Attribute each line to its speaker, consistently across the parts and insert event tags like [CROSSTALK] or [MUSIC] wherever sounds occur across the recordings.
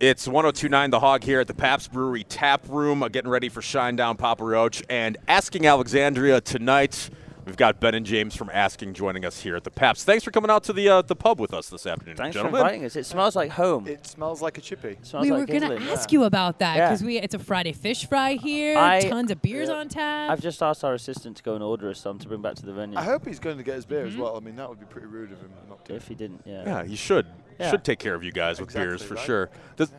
Speaker 1: It's 1029 The Hog here at the Paps Brewery Tap Room, uh, getting ready for Shinedown Papa Roach and Asking Alexandria tonight. We've got Ben and James from Asking joining us here at the Paps. Thanks for coming out to the uh, the pub with us this afternoon,
Speaker 2: Thanks
Speaker 1: gentlemen.
Speaker 2: for inviting us. It smells like home. It
Speaker 3: It smells like a chippy.
Speaker 2: smells
Speaker 4: We were
Speaker 2: like
Speaker 4: gonna
Speaker 2: England.
Speaker 4: ask you about that
Speaker 2: Yeah.
Speaker 4: because we it's a Friday fish fry here.
Speaker 2: I-
Speaker 4: tons of beers on tap.
Speaker 2: I've just asked our assistant to go and order us some to bring back to the venue.
Speaker 3: I hope he's going to get his beer as
Speaker 2: Mm-hmm.
Speaker 3: well. I mean, that would be pretty rude of him not to.
Speaker 2: if he didn't, yeah.
Speaker 1: Yeah, you should
Speaker 2: Yeah.
Speaker 1: should take care of you guys with beers
Speaker 3: Exactly
Speaker 1: for
Speaker 3: right.
Speaker 1: sure. Does,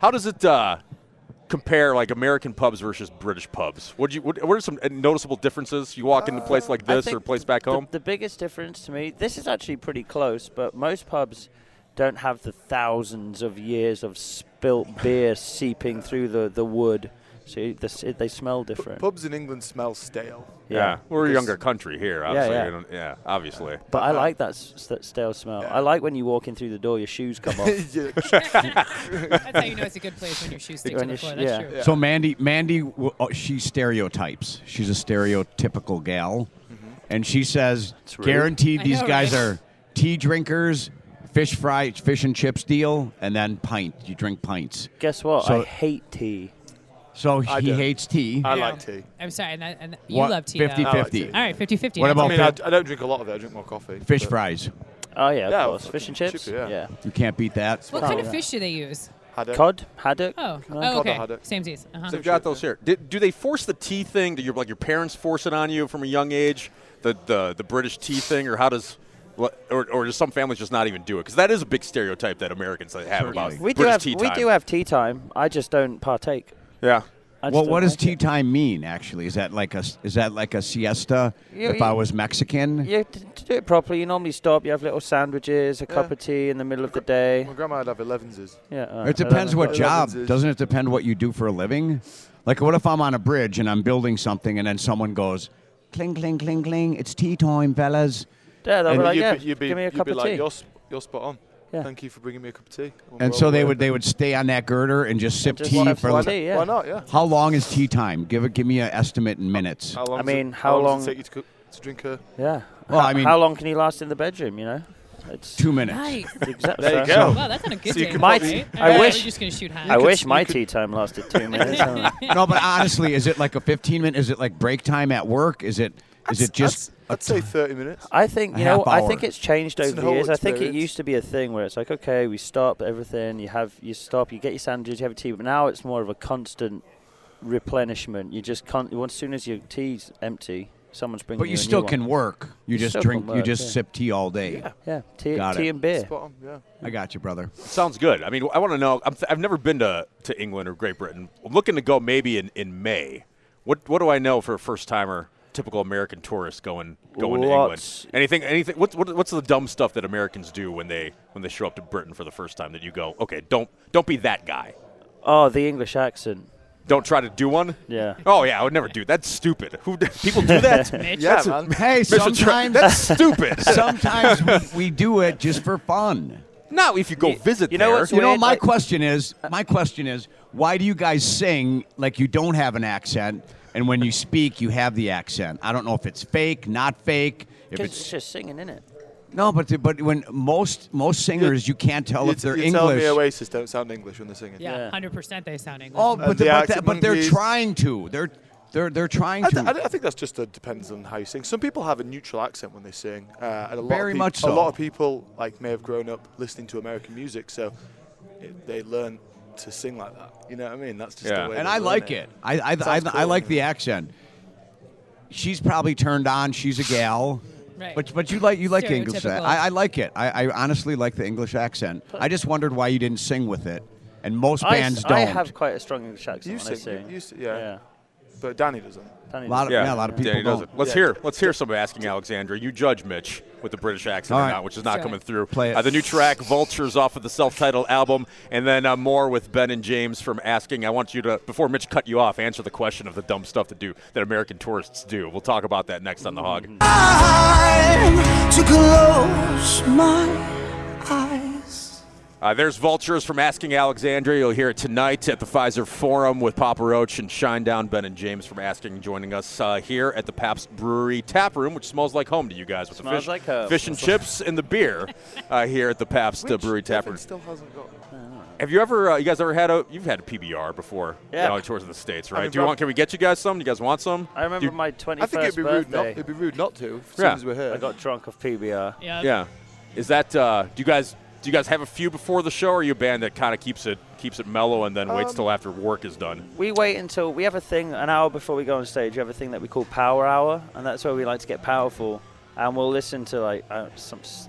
Speaker 1: how does it uh, compare, like American pubs versus British pubs? What you what, what are some uh, noticeable differences? You walk into a place like
Speaker 2: Uh, I
Speaker 1: this or a
Speaker 2: think
Speaker 1: place
Speaker 2: th-
Speaker 1: back
Speaker 2: the-
Speaker 1: home.
Speaker 2: The, biggest difference to me, this is actually pretty close, but most pubs don't have the thousands of years
Speaker 1: [LAUGHS]
Speaker 2: of spilt beer seeping through the, the wood. So you- the, s- they smell different.
Speaker 3: Pubs in England smell stale.
Speaker 1: yeah. we're a younger country here. Obviously.
Speaker 2: yeah.
Speaker 1: We don't- yeah obviously.
Speaker 2: But I like that s- st- stale smell. I like when you walk in through the door, your shoes come off.
Speaker 1: [LAUGHS]
Speaker 3: [LAUGHS]
Speaker 2: [LAUGHS]
Speaker 3: Yeah.
Speaker 4: That's how you know it's a good place when your shoes stick to
Speaker 2: When
Speaker 4: the
Speaker 2: your
Speaker 4: floor.
Speaker 2: sh-
Speaker 4: That's
Speaker 2: yeah.
Speaker 4: true.
Speaker 3: Yeah.
Speaker 5: So Mandy, Mandy, w- uh, she stereotypes. She's a stereotypical gal,
Speaker 3: Mm-hmm.
Speaker 5: and she says,
Speaker 2: rude.
Speaker 5: guaranteed
Speaker 4: I
Speaker 5: these
Speaker 4: know,
Speaker 5: guys
Speaker 4: right?
Speaker 5: are tea drinkers, fish fry, fish and chips deal, and then pint. You drink pints.
Speaker 2: Guess what?
Speaker 5: So-
Speaker 2: I hate tea.
Speaker 5: So
Speaker 3: I
Speaker 5: he
Speaker 3: do.
Speaker 5: hates tea.
Speaker 3: I
Speaker 4: Yeah.
Speaker 3: like tea.
Speaker 4: I'm sorry, and, that, and you
Speaker 5: What-
Speaker 4: love tea. though.
Speaker 5: 50
Speaker 3: I like
Speaker 5: 50.
Speaker 3: tea.
Speaker 4: All right, 50 50.
Speaker 5: What
Speaker 3: I
Speaker 5: about
Speaker 3: mean, I,
Speaker 5: fif-
Speaker 3: I don't drink a lot of it. I drink more coffee.
Speaker 5: fish
Speaker 3: but-
Speaker 5: fries?
Speaker 2: Oh, yeah, of
Speaker 3: Yeah,
Speaker 2: course. Fish and
Speaker 3: fucking
Speaker 2: chips?
Speaker 3: chippy, yeah.
Speaker 2: yeah.
Speaker 5: You can't beat that.
Speaker 4: what kind of
Speaker 2: Oh.
Speaker 4: fish do they use?
Speaker 3: Haddock.
Speaker 2: Cod, haddock.
Speaker 4: Oh,
Speaker 2: Can I-
Speaker 4: oh okay.
Speaker 3: had it.
Speaker 4: Same teas. Uh-huh.
Speaker 1: They've got those here. Did, do they force the tea thing? Do your like your parents force it on you from a young age? The the, the British tea thing, or how does, what- or or does some families just not even do it? Because that is a big stereotype that Americans have about
Speaker 2: We do
Speaker 1: British
Speaker 2: have
Speaker 1: tea
Speaker 2: we
Speaker 1: time.
Speaker 2: do have tea time. I just don't partake.
Speaker 1: yeah.
Speaker 2: I just
Speaker 5: Well,
Speaker 2: don't
Speaker 5: what does
Speaker 2: like
Speaker 5: tea
Speaker 2: it.
Speaker 5: time mean? Actually, is that like a s- is that like a siesta?
Speaker 2: You-
Speaker 5: if
Speaker 2: you-
Speaker 5: I was Mexican,
Speaker 2: You, to, to do it properly, you normally stop. You have little sandwiches, a cup of tea in the middle of the day.
Speaker 3: My grandma would have 11s.
Speaker 2: Yeah, all
Speaker 5: It
Speaker 2: right,
Speaker 5: depends
Speaker 2: 11
Speaker 5: what
Speaker 2: o'clock.
Speaker 5: job.
Speaker 3: Eleven's is-
Speaker 5: Doesn't it depend what you do for a living? Like, what if I'm on a bridge and I'm building something and then someone goes, cling, cling, cling, cling, it's tea time, fellas.
Speaker 2: Yeah, they'll be
Speaker 5: And
Speaker 2: like,
Speaker 3: you'd
Speaker 2: yeah,
Speaker 3: be, you'd be,
Speaker 2: give me a
Speaker 3: you'd
Speaker 2: cup
Speaker 3: be
Speaker 2: of
Speaker 3: like,
Speaker 2: tea.
Speaker 3: You're, s- you're spot on.
Speaker 2: Yeah.
Speaker 3: Thank you for bringing me a cup of tea. Well,
Speaker 5: And
Speaker 3: well,
Speaker 5: so they
Speaker 3: well,
Speaker 5: would they would stay on that girder and just sip
Speaker 2: Just
Speaker 5: tea
Speaker 2: have
Speaker 5: for
Speaker 2: some
Speaker 5: like-
Speaker 2: tea, yeah.
Speaker 3: Why not? Yeah.
Speaker 5: How long is tea time? Give it give me an estimate in minutes.
Speaker 3: How long
Speaker 2: I
Speaker 3: does it-
Speaker 2: mean, how
Speaker 3: does
Speaker 2: long-
Speaker 3: it take you to, cook, to drink a?
Speaker 2: yeah.
Speaker 5: Well,
Speaker 2: how,
Speaker 5: I mean-
Speaker 2: how long can you last in the bedroom? You know, it's
Speaker 5: Two minutes.
Speaker 4: Nice.
Speaker 2: exactly.
Speaker 3: There you
Speaker 2: so-
Speaker 3: go.
Speaker 4: Wow, that's on a good
Speaker 3: So you
Speaker 4: day.
Speaker 3: could
Speaker 2: My-
Speaker 4: right?
Speaker 2: I
Speaker 4: All right,
Speaker 2: wish-
Speaker 4: We're just going to shoot high.
Speaker 2: I wish my tea time lasted
Speaker 3: [LAUGHS]
Speaker 2: two minutes. huh?
Speaker 5: No, but honestly, is it like a fifteen minute is it like break time at work? Is it is it just
Speaker 3: I'd, I'd say 30 minutes.
Speaker 2: I think
Speaker 5: A
Speaker 2: you know.
Speaker 5: half
Speaker 2: I think
Speaker 5: hour.
Speaker 2: it's changed
Speaker 3: It's
Speaker 2: over
Speaker 3: an
Speaker 2: the
Speaker 3: whole
Speaker 2: years. I think it
Speaker 3: experience.
Speaker 2: used to be a thing where it's like, okay, we stop everything. You have you stop. You get your sandwiches. You have a tea. But now it's more of a constant replenishment. You just can't. Once soon as your tea's empty, someone's bringing.
Speaker 5: but
Speaker 2: a
Speaker 5: you still
Speaker 2: new
Speaker 5: can
Speaker 2: One.
Speaker 5: work. You just
Speaker 2: still can
Speaker 5: drink you
Speaker 2: work,
Speaker 5: just
Speaker 2: yeah.
Speaker 5: sip tea all day.
Speaker 2: Yeah, tea,
Speaker 5: Got
Speaker 2: tea
Speaker 5: it.
Speaker 2: and beer.
Speaker 3: Spot on. Yeah.
Speaker 5: I got you, brother.
Speaker 1: Sounds good. I mean, I want to know. I'm th- I've never been to, to England or Great Britain. I'm looking to go maybe in, in May. What what do I know for a first timer, typical American tourist going going
Speaker 2: Lots.
Speaker 1: to England? Anything anything? What's what, what's the dumb stuff that Americans do when they when they show up to Britain for the first time that you go, okay, don't don't be that guy.
Speaker 2: Oh, the English accent.
Speaker 1: Don't try to do one.
Speaker 2: Yeah.
Speaker 1: Oh yeah, I would never do. That's stupid. Who [LAUGHS] people do that?
Speaker 4: Mitch.
Speaker 3: Yeah, man.
Speaker 5: Hey,
Speaker 1: Mr. Trump,
Speaker 5: sometimes
Speaker 1: that's
Speaker 2: [LAUGHS]
Speaker 1: stupid.
Speaker 5: Sometimes we, we do it just for fun.
Speaker 1: now, if you go
Speaker 2: You-
Speaker 1: visit
Speaker 2: you know
Speaker 1: there,
Speaker 2: what's
Speaker 5: You know,
Speaker 2: Wait,
Speaker 5: my
Speaker 2: like-
Speaker 5: question is, my question is, why do you guys sing like you don't have an accent, and when you speak, you have the accent? I don't know if it's fake, not fake. If
Speaker 2: 'Cause
Speaker 5: it's
Speaker 2: it's just singing, in it?
Speaker 5: no, but but when most most singers, you can't tell
Speaker 3: You,
Speaker 5: if they're
Speaker 3: you tell
Speaker 5: English.
Speaker 3: me Oasis don't sound English when they're singing.
Speaker 4: Yeah,
Speaker 2: Yeah.
Speaker 4: 100% they sound English.
Speaker 5: oh, but,
Speaker 3: uh, the
Speaker 5: the, but,
Speaker 3: accent
Speaker 5: that, but they're
Speaker 3: monkeys.
Speaker 5: trying to. They're they're they're trying
Speaker 3: I,
Speaker 5: to.
Speaker 3: th- I, th- I think that's just uh, depends on how you sing. Some people have a neutral accent when they sing, uh, and a lot
Speaker 5: Very
Speaker 3: of peop-
Speaker 5: much
Speaker 3: A
Speaker 5: so.
Speaker 3: lot of people like may have grown up listening to American music, so it, they learn to sing like that. You know what I mean? That's just
Speaker 1: Yeah.
Speaker 3: the way.
Speaker 5: and
Speaker 3: they
Speaker 5: I
Speaker 3: learn
Speaker 5: like it. I I, I,
Speaker 3: Sounds
Speaker 5: I
Speaker 3: cool.
Speaker 5: like the accent. She's probably turned on. She's a gal.
Speaker 4: Right.
Speaker 5: But but you like you like the English.
Speaker 4: Stereotypical.
Speaker 5: I, I like it. I, I honestly like the English accent. I just wondered why you didn't sing with it, and most
Speaker 2: I,
Speaker 5: bands
Speaker 2: s-
Speaker 5: don't.
Speaker 2: I have quite a strong English accent
Speaker 3: You
Speaker 2: when I
Speaker 3: sing-
Speaker 2: sing.
Speaker 3: you s- yeah. But Danny doesn't.
Speaker 2: Danny
Speaker 5: A
Speaker 2: does.
Speaker 5: lot of- Yeah. a lot of people
Speaker 1: he does
Speaker 5: don't.
Speaker 1: it. Let's
Speaker 3: Yeah.
Speaker 1: hear. Let's hear some asking Alexandra. You judge Mitch with the British accent
Speaker 5: All
Speaker 1: or
Speaker 5: right.
Speaker 1: not, which is not
Speaker 4: Sorry.
Speaker 1: coming through.
Speaker 5: Play it.
Speaker 1: Uh, the new track "Vultures" off of the self-titled album, and then uh, more with Ben and James from asking. I want you to before Mitch cut you off, answer the question of the dumb stuff to do that American tourists do. We'll talk about that next on the Hog.
Speaker 6: time to close my eyes.
Speaker 1: Uh, there's Vultures from Asking Alexandria. You'll hear it tonight at the Pfizer Forum with Papa Roach and Shinedown Ben and James from Asking joining us uh, here at the Pabst Brewery Tap Room, which smells like home to you guys with the
Speaker 2: Smells
Speaker 1: fish,
Speaker 2: like home.
Speaker 1: fish and chips and the
Speaker 2: [LAUGHS]
Speaker 1: beer uh, here at the Pabst uh,
Speaker 3: Which
Speaker 1: Brewery Tap
Speaker 3: Devin
Speaker 1: Room.
Speaker 3: still hasn't got.
Speaker 1: Have you ever, uh, you guys ever had a, you've had a PBR before?
Speaker 2: Yeah.
Speaker 1: You know, tours of the states, right? Do you
Speaker 3: remember-
Speaker 1: want? Can we get you guys some? Do you guys want some?
Speaker 2: I
Speaker 1: Do
Speaker 2: remember
Speaker 1: you-
Speaker 2: my 21st
Speaker 3: I think it'd be rude not.
Speaker 2: birthday.
Speaker 3: It'd be rude not to. As
Speaker 1: Yeah.
Speaker 3: soon as we're here.
Speaker 2: I got drunk off PBR.
Speaker 4: Yeah.
Speaker 1: Yeah. Is that? Uh, do you guys? Do you guys have a few before the show? Or are you a band that kind of keeps it keeps it mellow and then
Speaker 2: Um,
Speaker 1: waits till after work is done?
Speaker 2: We wait until we have a thing an hour before we go on stage. We have a thing that we call Power Hour, and that's where we like to get powerful. And we'll listen to like uh, some s-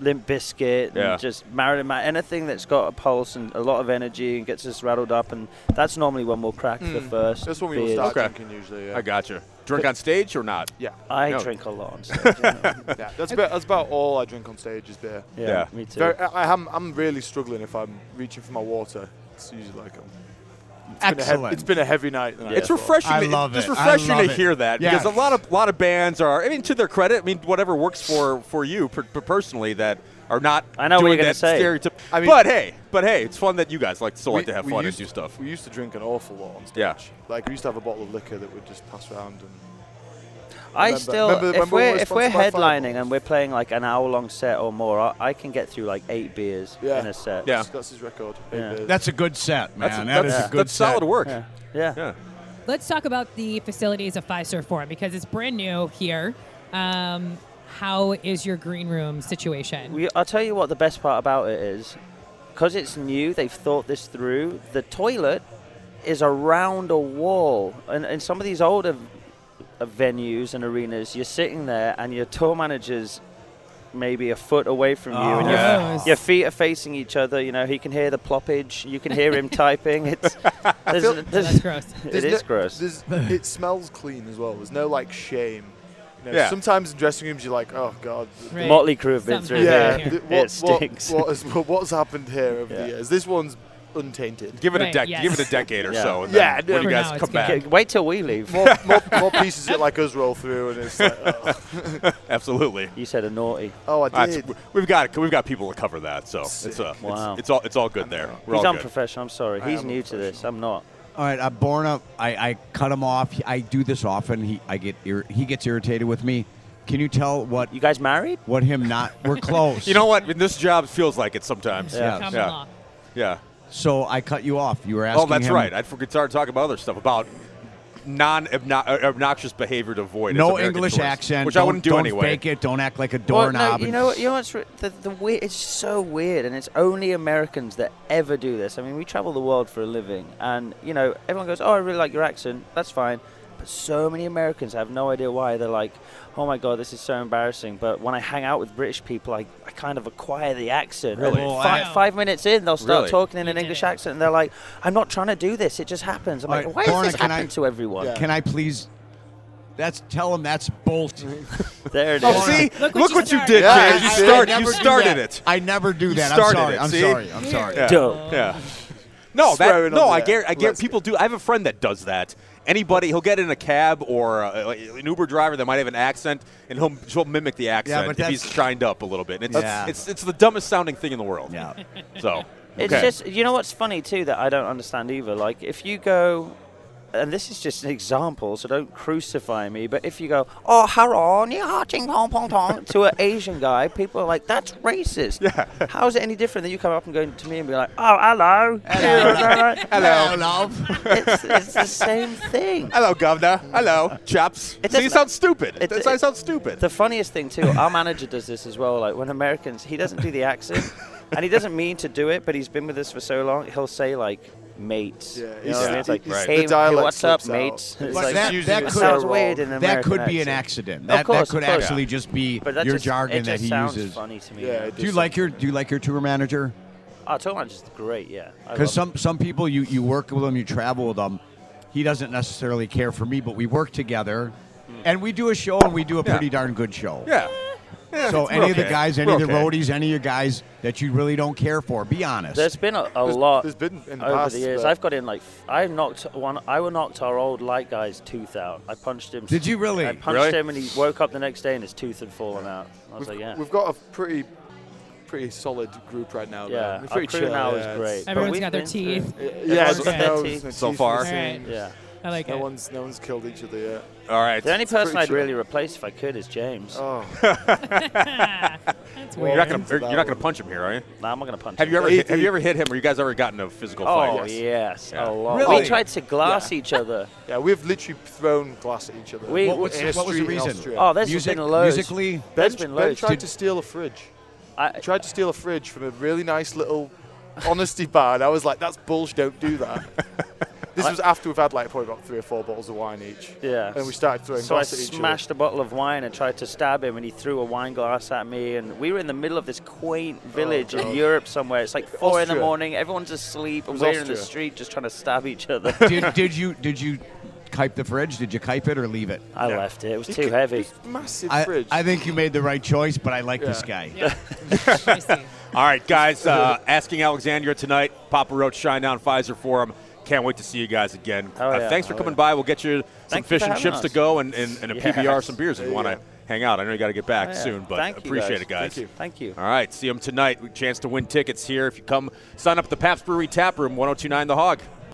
Speaker 2: Limp Biscuit,
Speaker 1: Yeah.
Speaker 2: and just Marilyn Manson, anything that's got a pulse and a lot of energy and gets us rattled up. And that's normally when we'll crack the first.
Speaker 3: Hmm. That's when we will
Speaker 2: beers.
Speaker 3: start
Speaker 1: Okay.
Speaker 3: drinking usually. Yeah.
Speaker 1: I gotcha. Drink on stage or not?
Speaker 3: Yeah.
Speaker 2: I
Speaker 1: No.
Speaker 2: drink a lot on stage.
Speaker 1: [LAUGHS]
Speaker 2: you know.
Speaker 3: yeah. That's about that's about all I drink on stage is beer.
Speaker 2: yeah,
Speaker 1: Yeah.
Speaker 2: me too.
Speaker 3: Very, uh, I, I am, I'm really struggling if I'm reaching for my water. It's usually like I'm. It's been a heavy,
Speaker 5: Excellent.
Speaker 3: it's been a heavy night. the night
Speaker 1: It's
Speaker 3: before.
Speaker 1: refreshing.
Speaker 5: I
Speaker 1: to,
Speaker 5: love
Speaker 1: Just
Speaker 5: it. I
Speaker 1: refreshing to
Speaker 5: love it.
Speaker 1: hear that
Speaker 5: Yeah.
Speaker 1: because a lot of lot of bands are. I mean, to their credit, I mean, whatever works for for you per, per- personally that are not.
Speaker 2: I know what
Speaker 1: doing
Speaker 2: you're gonna
Speaker 1: that
Speaker 2: say.
Speaker 1: Stereotyp-
Speaker 3: I mean-
Speaker 1: but hey, but hey, it's fun that you guys like still like to have fun and
Speaker 3: used
Speaker 1: do
Speaker 3: to-
Speaker 1: stuff.
Speaker 3: We used to drink an awful lot on stage.
Speaker 1: Yeah.
Speaker 3: Like we used to have a bottle of liquor that we'd just pass around and.
Speaker 2: I
Speaker 3: Remember-
Speaker 2: still,
Speaker 3: remember-
Speaker 2: if
Speaker 3: remember when
Speaker 2: we're
Speaker 3: we were
Speaker 2: if we're
Speaker 3: sponsored by
Speaker 2: headlining
Speaker 3: Fireballs?
Speaker 2: and we're playing like an hour long set or more, I, I can get through like eight beers
Speaker 3: Yeah.
Speaker 2: in a set.
Speaker 1: Yeah.
Speaker 3: That's his record.
Speaker 2: Yeah.
Speaker 5: [LAUGHS] That's a good set, man.
Speaker 1: That's
Speaker 5: That's,
Speaker 1: that's,
Speaker 5: a good
Speaker 1: that's
Speaker 5: set.
Speaker 1: solid work.
Speaker 2: yeah, yeah.
Speaker 1: yeah.
Speaker 4: Let's talk about the facilities of Pfizer Forum because it's brand new here. Um, how is your green room situation?
Speaker 2: We, I'll tell you what the best part about it is, because it's new. They've thought this through. The toilet is around a wall, and in some of these older uh, venues and arenas, you're sitting there and your tour managers maybe a foot away from you,
Speaker 3: Oh,
Speaker 2: and your,
Speaker 1: Yeah.
Speaker 4: Gross.
Speaker 2: your feet are facing each other. You know, he can hear the ploppage. You can hear him typing. It's there's,
Speaker 3: feel-
Speaker 2: there's- [LAUGHS]
Speaker 4: That's gross.
Speaker 2: It
Speaker 3: There's
Speaker 2: is
Speaker 3: no-
Speaker 2: gross.
Speaker 3: there's- it smells clean as well. There's no like shame. You know,
Speaker 1: Yeah.
Speaker 3: Sometimes in dressing rooms you're like, oh god. th-
Speaker 4: Right.
Speaker 2: Motley Crue have been through
Speaker 4: Sometimes.
Speaker 3: Yeah.
Speaker 2: here.
Speaker 4: Right
Speaker 3: th-
Speaker 2: It
Speaker 3: what-
Speaker 2: stinks.
Speaker 3: What, what has, what's happened here over
Speaker 2: Yeah.
Speaker 3: the years? This one's [LAUGHS] untainted.
Speaker 1: Give it a
Speaker 4: Right,
Speaker 1: dec-
Speaker 4: yes.
Speaker 1: Give it a decade or
Speaker 2: Yeah.
Speaker 1: so. And
Speaker 3: Yeah,
Speaker 1: then When
Speaker 3: no,
Speaker 1: you
Speaker 4: For
Speaker 1: guys
Speaker 4: now, it's
Speaker 1: come
Speaker 4: good.
Speaker 1: back,
Speaker 2: Okay, [LAUGHS] Wait till we leave.
Speaker 3: More, more, more pieces that like us roll through, and it's like, oh,
Speaker 1: absolutely.
Speaker 2: You said a naughty.
Speaker 3: oh, I
Speaker 1: All right,
Speaker 3: did.
Speaker 1: so we've got we've got people to cover that, so it's uh, it's-
Speaker 2: Wow.
Speaker 1: it's, all it's all good there. We're
Speaker 2: He's
Speaker 1: all good.
Speaker 2: unprofessional. I'm sorry.
Speaker 3: I
Speaker 2: He's
Speaker 3: am
Speaker 2: new to this. I'm not.
Speaker 5: All right, I'm born up. I, I cut him off. He- I do this often. He I get ir- he gets irritated with me. Can you tell what
Speaker 2: You guys married?
Speaker 5: what him not?
Speaker 1: [LAUGHS]
Speaker 5: We're close.
Speaker 1: You know what? In this job feels like it sometimes.
Speaker 2: Yeah.
Speaker 4: Common
Speaker 1: yeah.
Speaker 4: law.
Speaker 1: Yeah.
Speaker 5: So I cut you off. You were asking.
Speaker 1: Oh, that's
Speaker 5: him-
Speaker 1: right. I forgot started talking about other stuff about non obno- uh, obnoxious behavior to avoid. as
Speaker 5: no
Speaker 1: American
Speaker 5: English
Speaker 1: tourists,
Speaker 5: accent.
Speaker 1: which I
Speaker 5: don't-
Speaker 1: wouldn't do
Speaker 5: don't
Speaker 1: anyway.
Speaker 5: Fake it. Don't act like a
Speaker 2: Well,
Speaker 5: doorknob.
Speaker 2: no, you
Speaker 5: and-
Speaker 2: know what? You know what's re- the, the weird, It's so weird, and it's only Americans that ever do this. I mean, we travel the world for a living, and you know, everyone goes, "Oh, I really like your accent. That's fine." But so many Americans have no idea why. They're like, "Oh my god, this is so embarrassing." But when I hang out with British people, I, I kind of acquire the accent.
Speaker 1: Really?
Speaker 5: Well,
Speaker 2: Five,
Speaker 4: I-
Speaker 2: five minutes in, they'll start
Speaker 1: Really?
Speaker 2: talking in
Speaker 4: You
Speaker 2: an
Speaker 4: did
Speaker 2: English
Speaker 4: it.
Speaker 2: accent, and they're like, "I'm not trying to do this. It just happens." I'm
Speaker 5: All
Speaker 2: like,
Speaker 5: right,
Speaker 2: "Why does
Speaker 5: Borna,
Speaker 2: this
Speaker 5: can I-
Speaker 2: happen to everyone?"
Speaker 3: Yeah.
Speaker 5: Can I please? That's tell him that's bolt.
Speaker 2: There it is.
Speaker 1: Oh, see, look
Speaker 4: Look
Speaker 1: what,
Speaker 4: what you
Speaker 1: you,
Speaker 4: started.
Speaker 1: did,
Speaker 3: Yeah,
Speaker 1: James. You,
Speaker 3: I- I
Speaker 1: start,
Speaker 5: never
Speaker 1: you
Speaker 5: do
Speaker 1: started
Speaker 5: that.
Speaker 1: it.
Speaker 5: I never do that. I'm
Speaker 1: started
Speaker 5: sorry.
Speaker 1: it,
Speaker 5: I'm
Speaker 1: see?
Speaker 5: sorry. I'm sorry.
Speaker 1: Yeah.
Speaker 2: Dope.
Speaker 1: Yeah. No, that,
Speaker 3: Swearing
Speaker 1: no,
Speaker 3: on
Speaker 1: I
Speaker 3: the
Speaker 1: get, I get.
Speaker 3: lesbian.
Speaker 1: People do. I have a friend that does that. Anybody, he'll get in a cab or uh like an Uber driver that might have an accent, and he'll she'll mimic the accent
Speaker 5: but
Speaker 1: if he's
Speaker 5: that's-
Speaker 1: shined up a little bit. And it's,
Speaker 5: Yeah.
Speaker 1: it's it's the dumbest sounding thing in the world.
Speaker 5: Yeah.
Speaker 1: So
Speaker 2: It's
Speaker 1: okay.
Speaker 2: just you know what's funny too that I don't understand either. Like if you go, and this is just an example, so don't crucify me. But if you go, oh hello, ni hao ching pong pong tong to an Asian guy, people are like, that's racist. Yeah. How is it any different than you come up and going to me and be like, oh hello, [LAUGHS] hello,
Speaker 5: Hello, love.
Speaker 2: it's, it's the same thing.
Speaker 1: hello, governor. Hello, chaps.
Speaker 2: It
Speaker 1: See, you
Speaker 2: doesn't-
Speaker 1: sound stupid.
Speaker 2: it-
Speaker 1: That's- I
Speaker 2: it-
Speaker 1: sound stupid.
Speaker 2: The funniest thing too, our manager does this as well. Like when Americans, he doesn't do the accent, and he doesn't mean to do it, but he's been with us for so long. He'll say like mates.
Speaker 3: Yeah,
Speaker 2: you know
Speaker 3: he's-
Speaker 2: what I mean? It's like
Speaker 3: he's-
Speaker 1: Right.
Speaker 2: hey,
Speaker 3: the
Speaker 2: hey,
Speaker 3: dialect
Speaker 2: what's up,
Speaker 3: slips out.
Speaker 2: mates?
Speaker 3: It's
Speaker 2: It's
Speaker 5: like
Speaker 2: like,
Speaker 5: that-
Speaker 3: using
Speaker 5: that
Speaker 3: it
Speaker 2: it
Speaker 5: could-
Speaker 3: so
Speaker 2: sounds
Speaker 3: wrong.
Speaker 2: weird in an
Speaker 5: [LAUGHS] That
Speaker 2: American
Speaker 5: could be an
Speaker 2: accent.
Speaker 5: accident. That,
Speaker 2: course,
Speaker 5: that could
Speaker 2: of course.
Speaker 5: actually just be
Speaker 2: But that
Speaker 5: your
Speaker 2: just,
Speaker 5: jargon
Speaker 2: it
Speaker 5: that
Speaker 2: just
Speaker 5: he
Speaker 2: sounds
Speaker 5: uses.
Speaker 2: funny to me.
Speaker 3: Yeah,
Speaker 2: Yeah.
Speaker 3: it
Speaker 5: Do you like your Do you like your tour manager?
Speaker 2: Our tour manager's great. Yeah. I
Speaker 5: Because
Speaker 2: love
Speaker 5: some some people you you work with them, you travel with them. He doesn't necessarily care for me, but we work together,
Speaker 2: Hmm.
Speaker 5: and we do a show, and we do a
Speaker 1: Yeah.
Speaker 5: pretty darn good show.
Speaker 1: yeah. Yeah,
Speaker 5: So
Speaker 1: it's-
Speaker 5: any
Speaker 1: we're
Speaker 5: of the
Speaker 1: okay.
Speaker 5: guys, any
Speaker 1: We're
Speaker 5: of
Speaker 1: okay.
Speaker 5: the roadies, any of the guys that you really don't care for, be honest.
Speaker 2: it. There's been a, a
Speaker 3: There's-
Speaker 2: lot.
Speaker 3: there's been in the
Speaker 2: over
Speaker 3: past,
Speaker 2: the years.
Speaker 3: but-
Speaker 2: I've got in like f- I knocked one. I knocked our old light guy's tooth out. I punched him.
Speaker 5: Did you really?
Speaker 2: I punched
Speaker 1: Really?
Speaker 2: him, and he woke up the next day, and his tooth had fallen out. I was like, yeah.
Speaker 3: We've got a pretty pretty solid group right now.
Speaker 2: Yeah,
Speaker 3: man.
Speaker 2: our
Speaker 3: They're pretty
Speaker 2: crew
Speaker 3: chill,
Speaker 2: now is
Speaker 3: yeah,
Speaker 2: great.
Speaker 3: it's-
Speaker 2: But
Speaker 4: Everyone's
Speaker 2: we've
Speaker 4: got their
Speaker 2: been through-
Speaker 4: teeth.
Speaker 3: Yeah,
Speaker 2: Everyone's
Speaker 3: it's
Speaker 2: got their teeth.
Speaker 3: nose,
Speaker 1: So
Speaker 3: teeth,
Speaker 1: far.
Speaker 3: everything.
Speaker 2: Yeah.
Speaker 4: I like
Speaker 3: No
Speaker 4: it.
Speaker 3: one's no one's killed each other yet.
Speaker 1: All right.
Speaker 2: The only person
Speaker 3: pretty
Speaker 2: I'd
Speaker 3: chill.
Speaker 2: really replace if I could is James.
Speaker 3: Oh,
Speaker 4: [LAUGHS] That's
Speaker 1: You're
Speaker 4: weird.
Speaker 1: not gonna you're you're not gonna punch him here, are you?
Speaker 2: Nah, I'm not gonna punch
Speaker 1: Have
Speaker 2: him.
Speaker 1: you ever
Speaker 3: He-
Speaker 1: hit, have
Speaker 3: he-
Speaker 1: you ever hit him or you guys ever gotten in a physical
Speaker 2: Oh
Speaker 1: fight?
Speaker 3: Yes.
Speaker 2: yes,
Speaker 1: Yeah.
Speaker 2: a lot.
Speaker 5: Really?
Speaker 2: We tried to glass each
Speaker 3: [LAUGHS]
Speaker 2: other.
Speaker 3: yeah, we've literally thrown glass at each other.
Speaker 2: We-
Speaker 3: In
Speaker 5: What was,
Speaker 3: a
Speaker 5: what was the
Speaker 3: street in
Speaker 5: reason?
Speaker 3: Austria.
Speaker 2: Oh, there's
Speaker 5: Music-
Speaker 2: been loads.
Speaker 5: Musically,
Speaker 2: there's
Speaker 3: ben,
Speaker 2: been
Speaker 3: ben
Speaker 2: loads.
Speaker 3: tried
Speaker 5: Did-
Speaker 3: to steal a fridge.
Speaker 2: I,
Speaker 3: Tried to steal a fridge from a really nice little honesty bar, and I was like, "That's bullshit! Don't
Speaker 2: [LAUGHS]
Speaker 3: do that." this was after we've had like probably about three or four bottles of wine each.
Speaker 2: Yeah.
Speaker 3: And we started throwing
Speaker 2: so I
Speaker 3: glass at each other.
Speaker 2: smashed a bottle of wine and tried to stab him, and he threw a wine glass at me. And we were in the middle of this quaint village in
Speaker 3: Oh, God.
Speaker 2: Europe somewhere. It's like four in the
Speaker 3: Austria.
Speaker 2: morning. Everyone's asleep, and
Speaker 3: was
Speaker 2: we're in the
Speaker 3: Austria.
Speaker 2: street just trying to stab each
Speaker 3: [LAUGHS]
Speaker 2: other.
Speaker 5: did, did you did you kipe the fridge? Did you kipe it or leave it?
Speaker 2: I
Speaker 1: Yeah.
Speaker 2: left it. It was
Speaker 3: It
Speaker 2: too
Speaker 3: could-
Speaker 2: heavy.
Speaker 3: it's Massive
Speaker 5: I,
Speaker 3: fridge.
Speaker 5: I think you made the right choice, but I like this
Speaker 3: Yeah.
Speaker 5: guy.
Speaker 4: I see.
Speaker 1: All right, guys. [LAUGHS] Uh, asking Alexandria tonight. Papa Roach Shine Down Pfizer Forum. Can't wait to see you guys again.
Speaker 2: Oh, yeah.
Speaker 1: uh, thanks for
Speaker 2: Oh,
Speaker 1: coming
Speaker 2: yeah.
Speaker 1: by. We'll get you some
Speaker 2: Thank you
Speaker 1: fish
Speaker 2: for
Speaker 1: and
Speaker 2: having
Speaker 1: chips to
Speaker 2: us.
Speaker 1: go and, and, and a PBR,
Speaker 2: Yes.
Speaker 1: some beers if you
Speaker 3: Yeah,
Speaker 1: want to
Speaker 3: yeah.
Speaker 1: hang out. I know you got to get back
Speaker 2: Yeah.
Speaker 1: soon, but
Speaker 2: Thank you,
Speaker 1: appreciate
Speaker 2: guys.
Speaker 1: it, guys.
Speaker 3: Thank you.
Speaker 2: Thank you.
Speaker 1: All right, see them tonight. Chance to win tickets here if you come sign up at oh the Paps Brewery Tap Room, 1029 The Hog.